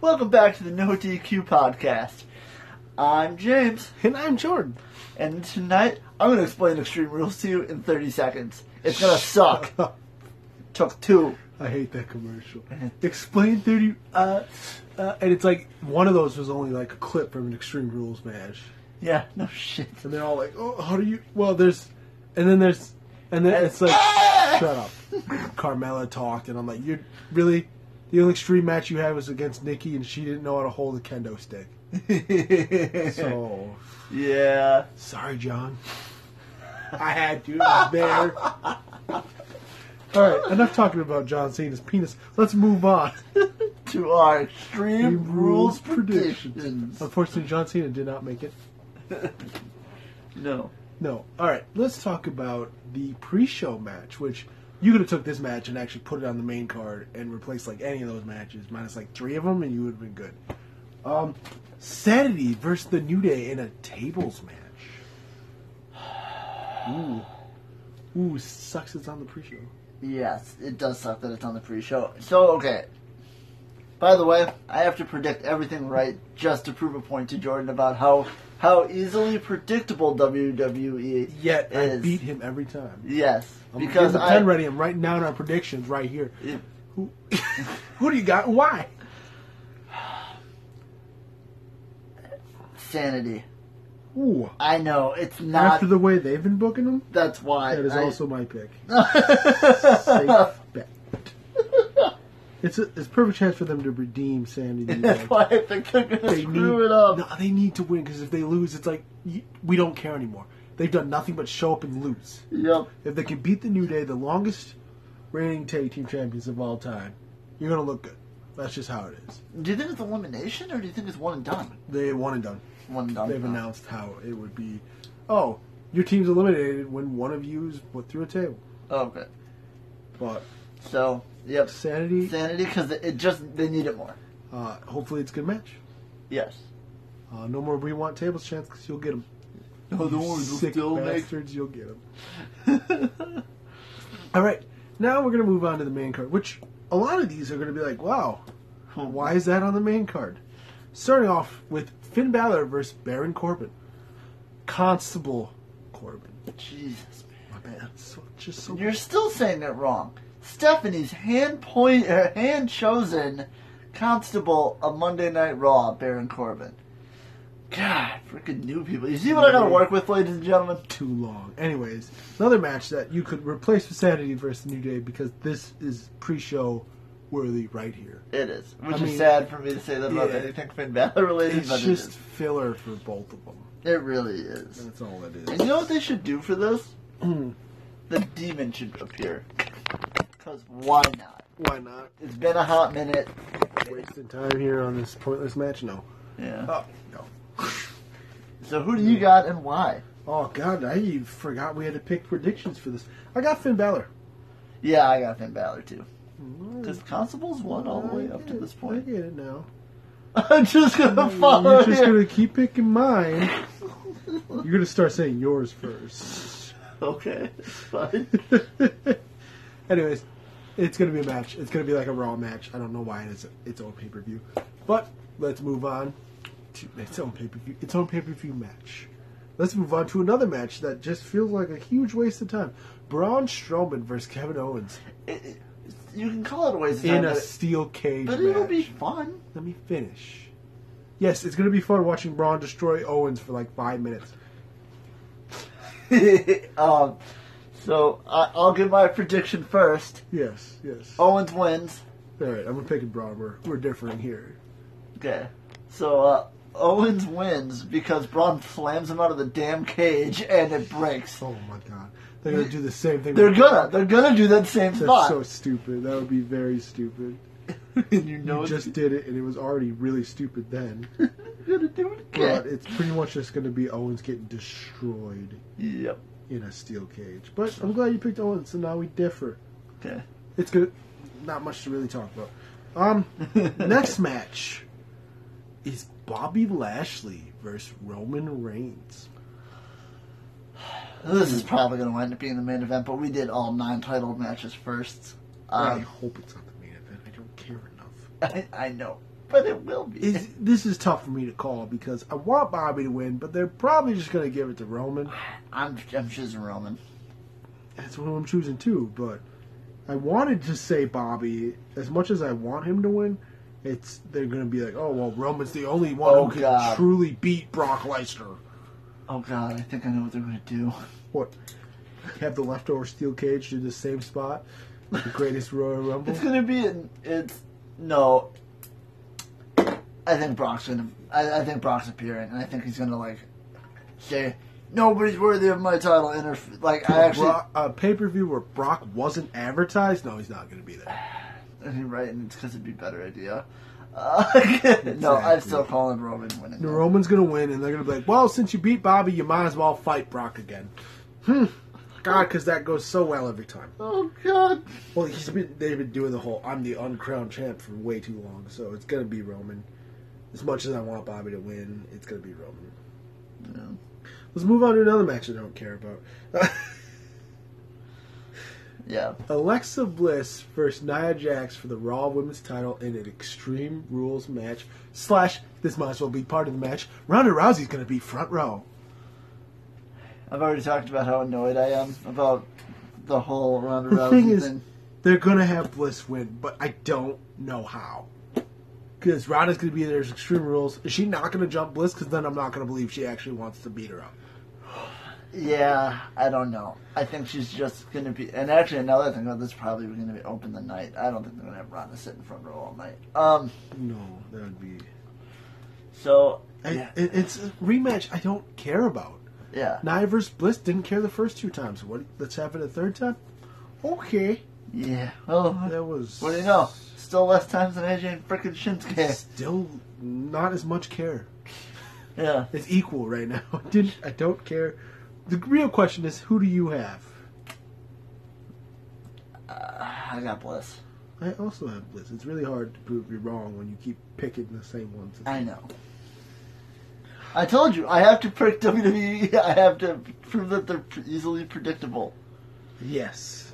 Welcome back to the No DQ podcast. I'm James, And I'm Jordan. and tonight I'm going to explain Extreme Rules to you in 30 seconds. It's going to suck. Took two. I hate that commercial. Explain 30. Uh, uh, and it's like one of those was only like a clip from an Extreme Rules match. Yeah, no shit. And they're all like, oh, how do you. Well, there's. And then there's. And then it's like, shut up. Carmella talked, and I'm like, you're really. The only extreme match you had was against Nikki, and she didn't know how to hold a kendo stick. So, yeah. sorry, John. I had to. I was there. All right, enough talking about John Cena's penis. Let's move on. To our Extreme Rules predictions. Unfortunately, John Cena did not make it. No. No. All right, let's talk about the pre-show match, which you could have took this match and actually put it on the main card and replaced like any of those matches, minus like three of them, and you would have been good. Um, Sanity versus the New Day in a tables match. Ooh, ooh, sucks. It's on the pre-show. Yes, it does suck that it's on the pre-show. So okay. By the way, I have to predict everything right just to prove a point to Jordan about how how easily predictable WWE Yet I is. beat him every time. Yes, I'm because getting the I pen ready. I'm writing down our predictions right here. it- Who, who do you got? and Why? sanity. Ooh. I know it's not. After the way they've been booking them, that's why that is I- also my pick. Safe bet. It's a it's a perfect chance for them to redeem Sandy. the that's Dog. why I think they're gonna They screw need- it up. No, they need to win because if they lose, it's like y- we don't care anymore. They've done nothing but show up and lose. Yep. If they can beat the New Day, the longest reigning tag team champions of all time, you're gonna look good. That's just how it is. Do you think it's elimination or do you think it's one and done? They one and done. One and done. They've announced how it would be. Oh, your team's eliminated when one of you's put through a table. Oh, Okay. But So yep. Sanity, Sanity because it, it just they need it more. uh, hopefully it's a good match. Yes. Uh, no more we want tables chance because you'll get them. No, don't worry, they'll Sick still make bastards, you'll get them. All right, now we're gonna move on to the main card, which a lot of these are gonna be like, wow, why is that on the main card? Starting off with Finn Balor versus Baron Corbin, Constable Corbin. Jesus, man. So, just so You're still saying it wrong. Stephanie's hand point, uh, hand chosen constable of Monday Night Raw, Baron Corbin. God, freaking new people. You see what I gotta work with, ladies and gentlemen? too long. Anyways, another match that you could replace with Sanity versus New Day because this is pre-show worthy right here. It is. Which I is mean, sad for me to say that about yeah. anything Finn Balor related, It's but just it filler for both of them. is. It really is. That's all it And is. you know what they should do for this? Hmm. The demon should appear. Because why not? Why not? It's been a hot minute. Wasting time here on this pointless match? No. Yeah. Oh, no. So who do you got and why? Oh, God, I even forgot we had to pick predictions for this. I got Finn Balor. Yeah, I got Finn Balor too. Because Constable's won all the way up to this I point. get it now. I'm just gonna follow You're just you. going to keep picking mine. You're going to start saying yours first. Okay, fine. Anyways, it's going to be a match. It's going to be like a Raw match. I don't know why it's its own pay per view. But let's move on to its own pay per view. Its own pay per view match. Let's move on to another match that just feels like a huge waste of time. Braun Strowman versus Kevin Owens It- it- you can call it a waste of time, in a but- steel cage but, match. it'll be fun. Let me finish. Yes, it's going to be fun watching Braun destroy Owens for like five minutes. um, so I, I'll give my prediction first. Yes, yes. Owens wins. All right, I'm picking Braun. We're, we're differing here. Okay, so uh, Owens wins because Braun slams him out of the damn cage and it breaks. Oh my god. They're going to do the same thing. They're with- gonna, they're gonna do that same That's spot. so stupid. That would be very stupid. and you know You it's just did it, and it was already really stupid then. gonna do it But again. it's pretty much just going to be Owens getting destroyed Yep. in a steel cage. But I'm glad you picked Owens, so now we differ. Okay. It's good. Not much to really talk about. Um, next match is Bobby Lashley versus Roman Reigns. This is probably going to wind up being the main event, but we did all nine titled matches first. I Um, hope it's not the main event. I don't care enough. I, I know. but it will be. Is, this is tough for me to call because I want Bobby to win, but they're probably just going to give it to Roman. I'm I'm choosing Roman. That's what I'm choosing too. But I wanted to say Bobby. As much as I want him to win, it's they're going to be like, oh well, Roman's the only one Oh, who can God. truly beat Brock Lesnar. Oh God, I think I know what they're gonna do. What? Have the leftover steel cage do the same spot? The greatest Royal Rumble. It's gonna be an, it's no. I think Brock's gonna. I, I think Brock's appearing, and I think he's gonna like say nobody's worthy of my title. Interf-. Like I actually, Brock- a pay per view where Brock wasn't advertised. No, he's not going to be there. you're right, and it's because it'd be a better idea. Uh, no, I'm still Exactly. calling Roman winning. The Roman's going to win, and they're going to be like, "Well, since you beat Bobby, you might as well fight Brock again." Hmm. God, because that goes so well every time. Oh God. Well, he's been they've been doing the whole "I'm the uncrowned champ" for way too long, so it's going to be Roman. As much as I want Bobby to win, it's going to be Roman. Yeah. Let's move on to another match I don't care about. Yeah. Alexa Bliss versus Nia Jax for the Raw Women's title in an Extreme Rules match. Slash, this might as well be part of the match. Ronda Rousey's going to be front row. I've already talked about how annoyed I am about the whole Ronda The Rousey thing is, thing. they're going to have Bliss win, but I don't know how. Because Ronda's going to be in there's Extreme Rules. Is she not going to jump Bliss? Because then I'm not going to believe she actually wants to beat her up. Yeah, I don't know. I think she's just going to be. And actually, another thing about this is probably going to be open the night. I don't think they're going to have Ronda sit in front row all night. Um. No, that would be. So I, yeah, it, it's a rematch I don't care about. yeah, Nia versus Bliss didn't care the first two times. What? Let's have it a third time? Okay. yeah. Well, That was. what do you know? Still less times than AJ and frickin' Shinsuke. Still not as much care. Yeah. It's equal right now. I Didn't I don't care. The real question is, who do you have? Uh, I got bliss. I also have Bliss. It's really hard to prove you wrong when you keep picking the same ones. I know. I told you I have to prick WWE. E. I have to prove that they're easily predictable. Yes.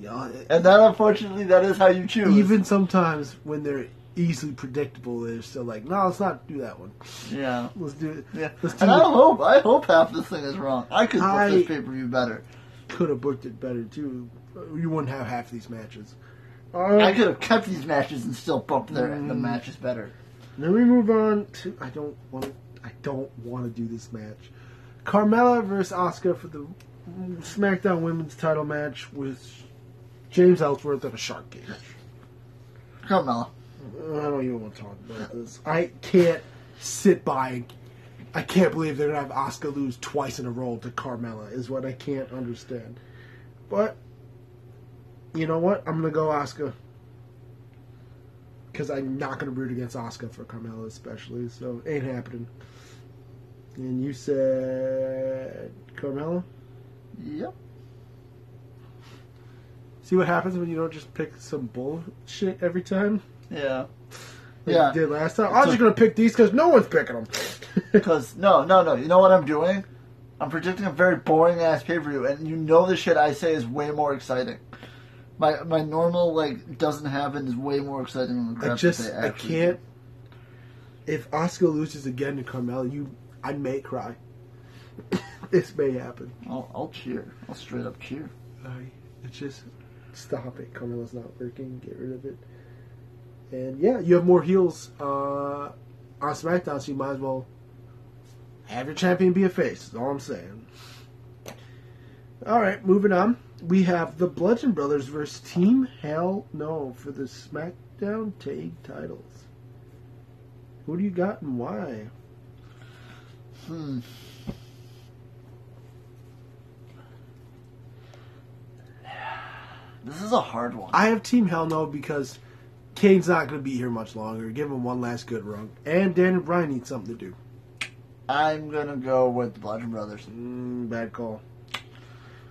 Yeah, And that, unfortunately, that is how you choose. even sometimes when they're easily predictable, they're still like, no, let's not do that one. yeah, Let's do it. yeah. Let's do And I it. hope, I hope half this thing is wrong. I could book I- this pay per view better. Could have booked it better too. Uh, You wouldn't have half these matches. I Alright. could have kept these matches and still booked their, the Mm. matches better. Then we move on to I don't want to, I don't want to do this match. Carmella versus Oscar for the SmackDown Women's Title match with James Ellsworth and a shark cage. Carmella, I don't even want to talk about this. I can't sit by. and- I can't believe they're gonna have Oscar lose twice in a row to Carmella. Is what I can't understand. But you know what? I'm gonna go Oscar because I'm not gonna root against Oscar for Carmella, especially. So ain't happening. And you said Carmella. yep. See what happens when you don't just pick some bullshit every time. Yeah. Like Yeah. you did last time. I'm just gonna pick these because no one's picking them. Because, no, no, no. You know what I'm doing? I'm predicting a very boring ass pay per view, and you know the shit I say is way more exciting. My my normal, like, doesn't happen is way more exciting than the crap I that just they I actually can't. If Oscar loses again to Carmella, you I may cry. this may happen. do. I'll, I'll cheer. I'll straight up cheer. I it's just stop it. Carmella's not working. Get rid of it. And yeah, you have more heels uh, on SmackDown, so you might as well have your champion be a face. Is all I'm saying. All right, moving on. We have the Bludgeon Brothers versus Team Hell No for the SmackDown Tag titles. Who do you got and why? Hmm. This is a hard one. I have Team Hell No because Kane's not going to be here much longer. Give him one last good run, and Dan and Bryan need something to do. I'm gonna go with the Bludgeon Brothers. Mm, bad call.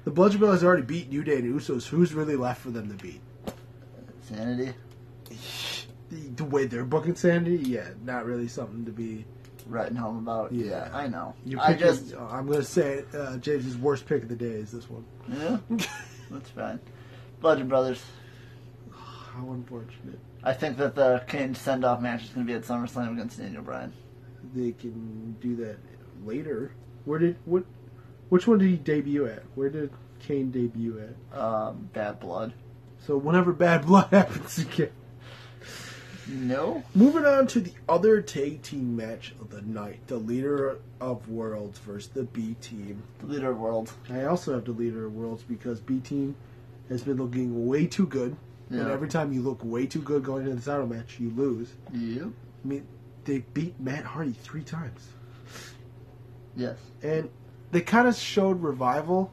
The Bludgeon Brothers already beat New Day and Usos. Who's really left for them to beat? Sanity, The, the way they're booking Sandy, yeah, not really something to be. writing home about. Yeah, Yeah. I know. You're I picking, just, uh, I'm gonna say it, uh, James's worst pick of the day is this one. yeah, that's fine. Bludgeon Brothers. How unfortunate. I think that the Kane send off match is going to be at SummerSlam against Daniel Bryan. They can do that later. Where did what? Which one did he debut at? Where did Kane debut at? Um, bad blood. So whenever Bad Blood happens again. No. Moving on to the other tag team match of the night, the leader of worlds versus the B team. The leader of worlds. I also have the leader of worlds because B team has been looking way too good. And Yeah. every time you look way too good going into the title match, you lose. You? I mean, they beat Matt Hardy three times. Yes. And they kind of showed revival,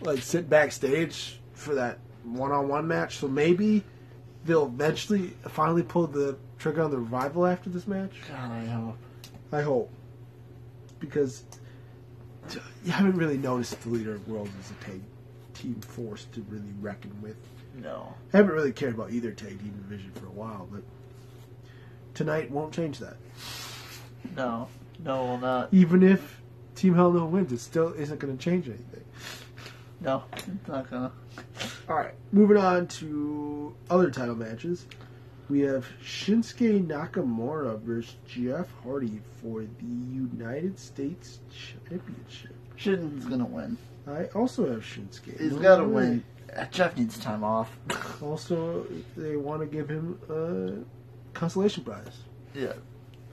like sit backstage for that one on one match. So maybe they'll eventually finally pull the trigger on the revival after this match. God, I hope. I hope. Because t- you haven't really noticed the leader of worlds is a tag team force to really reckon with. No. I haven't really cared about either tag team division for a while, but tonight won't change that. No. No, will not. Even if Team Hell No wins, it still isn't going to change anything. No. It's not gonna. All right, moving on to other title matches. We have Shinsuke Nakamura versus Jeff Hardy for the United States Championship. Shin's gonna win. I also have Shinsuke. He's No gotta way. win. Uh, Jeff needs time off. Also, they want to give him a consolation prize. yeah.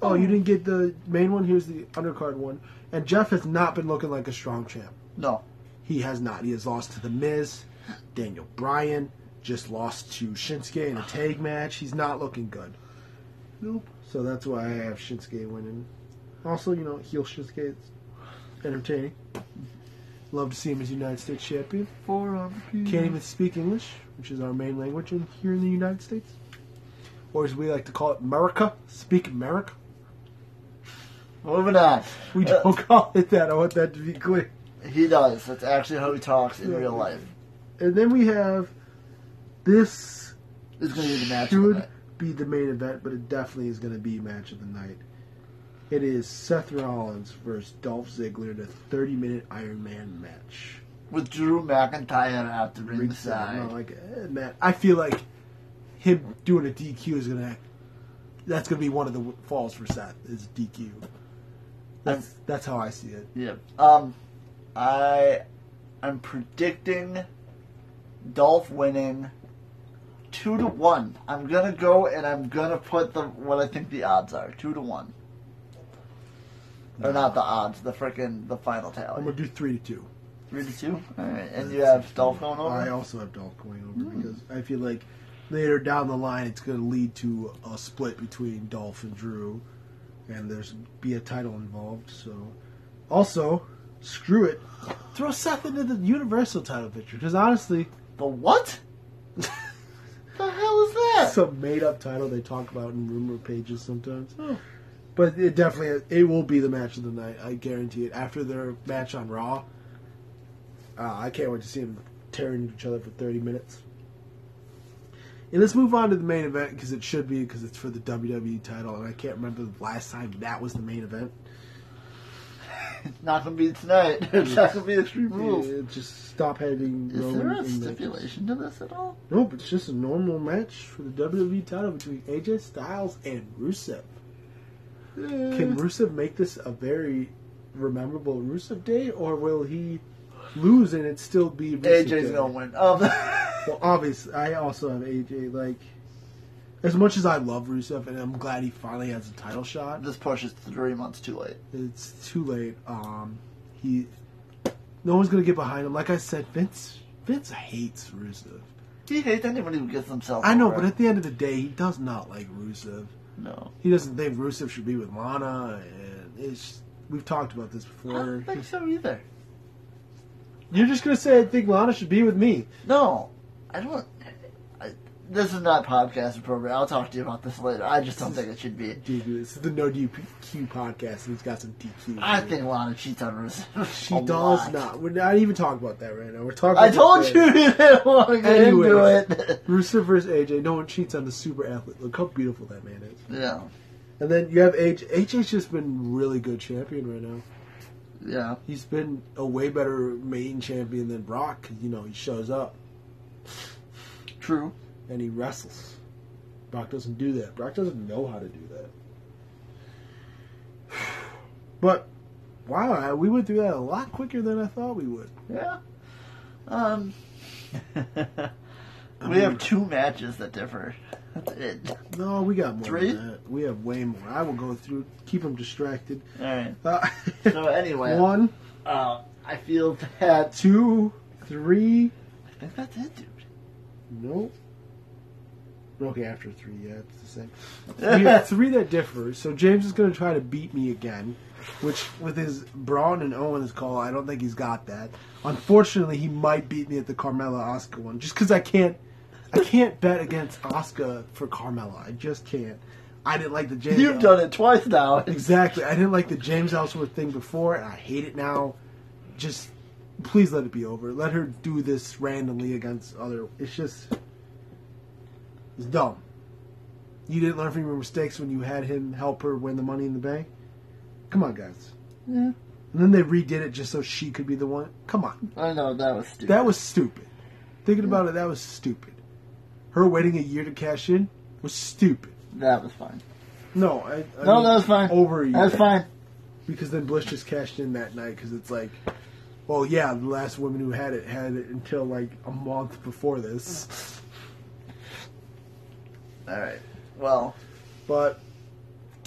Oh, you didn't get the main one. Here's the undercard one. And Jeff has not been looking like a strong champ. No. He has not. He has lost to The Miz, Daniel Bryan, just lost to Shinsuke in a tag match. He's not looking good. Nope. So that's why I have Shinsuke winning. Also, you know, heel Shinsuke is entertaining. Love to see him as United States champion. Four on Can't even speak English, which is our main language in, here in the United States. Or as we like to call it, America. Speak America. Moving on. We Uh, don't call it that. I want that to be clear. he does. That's actually how he talks in real life. And then we have this It's gonna be the match. of the should night. be the main event, but it definitely is going to be match of the night. It is Seth Rollins versus Dolph Ziggler in a 30 minute Iron Man match. With Drew McIntyre at the ringside. I'm not like, eh, man, I feel like him doing a DQ is going to. That's going to be one of the w- falls for Seth is DQ. That's that's how I see it. Yeah. Um, I, I'm predicting Dolph winning two to one. I'm gonna go and I'm gonna put the what I think the odds are two to one. Or not the odds, the frickin' the final I'm tally. going to do three to two. Three to two. All right, and you have Dolph going I over. also have Dolph going over because I feel like later down the line it's going to lead to a split between Dolph and Drew, and there's be a title involved. So, also, screw it, throw Seth into the Universal title picture because honestly, The what? the hell is that? some made up title they talk about in rumor pages sometimes. Oh. But it definitely it will be the match of the night. I guarantee it. After their match on Raw, uh, I can't wait to see them tearing each other for thirty minutes. And let's move on to the main event because it should be because it's for the WWE title, and I can't remember the last time that was the main event. It's not gonna be tonight. it's not gonna be Extreme Rules. Yeah, just stop having Is Roman there a and Reigns. stipulation to this at all? Nope, it's just a normal match for the WWE title between AJ Styles and Rusev. Mm. Can Rusev make this a very memorable Rusev Day, or will he lose and it still be Rusev AJ's Day? gonna win. Um, Well, obviously, I also have AJ. Like, as much as I love Rusev, and I'm glad he finally has a title shot, This push is three months too late. it's too late. Um, he, no one's gonna get behind him. Like I said, Vince, Vince hates Rusev. He hates anybody who gets themselves. I know, over. but at the end of the day, he does not like Rusev. no, He doesn't think Rusev should be with Lana, and it's we've talked about this I before. don't think so either. You're just gonna say I think Lana should be with me. No, I don't. I, this is not podcast appropriate. I'll talk to you about this later. I just don't think it should be. DQ. This is the No DQ podcast, and it's got some DQ. I think Lana cheats on Rusev. she a does lot. not. We're not even talking about that right now. We're talking. I about told that. you you didn't want to get Anyways. into it. Rusev versus AJ. No one cheats on the super athlete. Look how beautiful that man is. yeah, And then you have AJ. AJ's just been really good champion right now. yeah. He's been a way better main champion than Brock. 'cause, you know he shows up True. and he wrestles. Brock doesn't do that. Brock doesn't know how to do that. But wow, I- we went through that a lot quicker than I thought we would. Yeah. Um. we have two matches that differ. That's it. No, we got more. Three? Than that. We have way more. I will go through. Keep them distracted. All right. Uh, So anyway, one, uh, I feel that. two, three. I think that's it, dude. Nope. Okay, after three, yeah, it's the same. We have three that differ. So James is going to try to beat me again, which with his Braun and Owens call, I don't think he's got that. Unfortunately, he might beat me at the Carmella Oscar one, just because I can't, I can't bet against Oscar for Carmella. I just can't. I didn't like the James. You've done it twice now. exactly. I didn't like the James Ellsworth thing before, and I hate it now. Just please let it be over. Let her do this randomly against other. It's just it's dumb. You didn't learn from your mistakes when you had him help her win the Money in the Bank. Come on, guys. Yeah. And then they redid it just so she could be the one. Come on. I know that was stupid. That was stupid. Thinking about it, that was stupid. Her waiting a year to cash in was stupid. that was fine. No, I, I No, mean, that was fine. Over a year. That was fine. because then Bliss just cashed in that night because it's like, well, yeah, the last woman who had it had it until like a month before this. All right. Well, But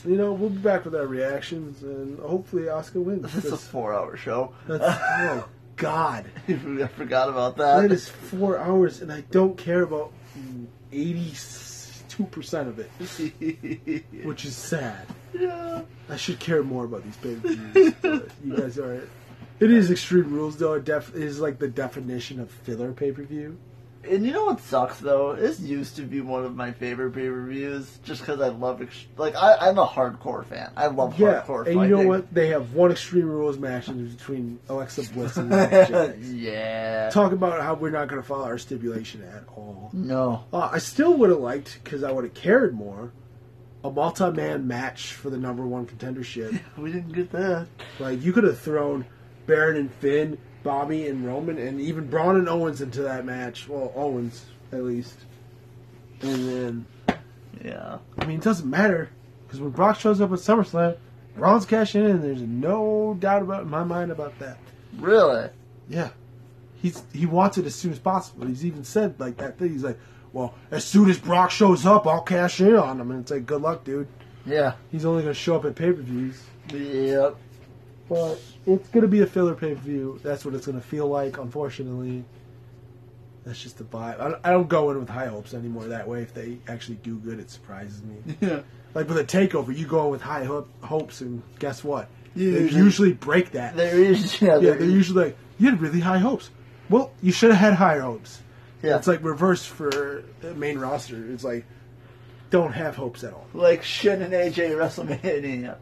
you know, we'll be back with our reactions and hopefully Oscar wins. this is a four-hour show. that's oh God, I forgot about that. that is four hours, and I don't care about eighty-two percent of it, which is sad. yeah. I should care more about these pay-per-views. but you guys are. It is Extreme Rules though. It def- is like the definition of filler pay-per-view. And you know what sucks though? This used to be one of my favorite pay per views, just because I love ex- like I, I'm a hardcore fan. I love Yeah, hardcore. and you know fighting. what? They have one Extreme Rules match in between Alexa Bliss and Nia Jax. yeah. Talk about how we're not going to follow our stipulation at all. no. Uh, I still would have liked, because I would have cared more, a multi-man match for the number one contendership. We didn't get that. like, you could have thrown Baron and Finn, Bobby and Roman, and even Braun and Owens into that match. Well, Owens, at least. And then, Yeah. I mean, it doesn't matter, because when Brock shows up at SummerSlam, Braun's cashing in, and there's no doubt about in my mind about that. Really? Yeah. He's he wants it as soon as possible. He's even said like that thing. He's like, Well, as soon as Brock shows up, I'll cash in on him and it's like, Good luck, dude. Yeah. He's only gonna show up at pay per views. Yep. But it's gonna be a filler pay per view. That's what it's gonna feel like, unfortunately. That's just the vibe. I don't, I don't go in with high hopes anymore that way. If they actually do good, it surprises me. Yeah. Like with a takeover, you go in with high ho- hopes, and guess what? they Usually- usually break that. There is. Yeah. Yeah, There they're is. usually like, you had really high hopes. Well, you should have had higher hopes. Yeah. It's like reverse for the main roster. It's like, don't have hopes at all. like Shin and AJ WrestleMania.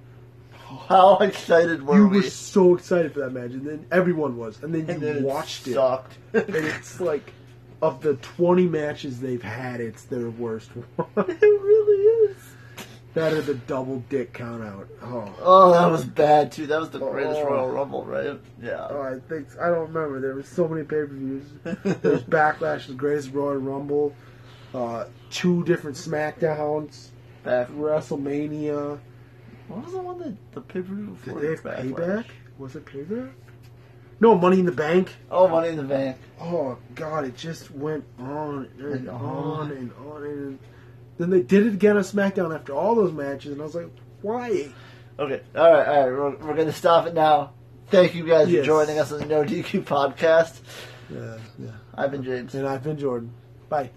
How excited were You we? were so excited for that match, and then everyone was, and then and you then watched it it, sucked. and it's like, of the twenty matches they've had, it's their worst one. it really is. that or the double dick count out. Oh, Oh, that was bad too. That was the greatest Oh. Royal Rumble, right? Yeah. oh I think I don't remember. There was so many pay per views. There's Backlash, the Greatest Royal Rumble, uh, two different Smackdowns. Back. WrestleMania. What was the one that the pay per view before? Did they have Backlash? payback? Was it payback? No, Money in the Bank. Oh, Money in the Bank. Oh God, it just went on and, And on on. and on and. Then they did it again on SmackDown after all those matches, and I was like, why? Okay. All right. All right. We're, we're gonna stop it now. Thank you guys Yes. for joining us on the No DQ podcast. Yeah, yeah. I've been James. And I've been Jordan. Bye.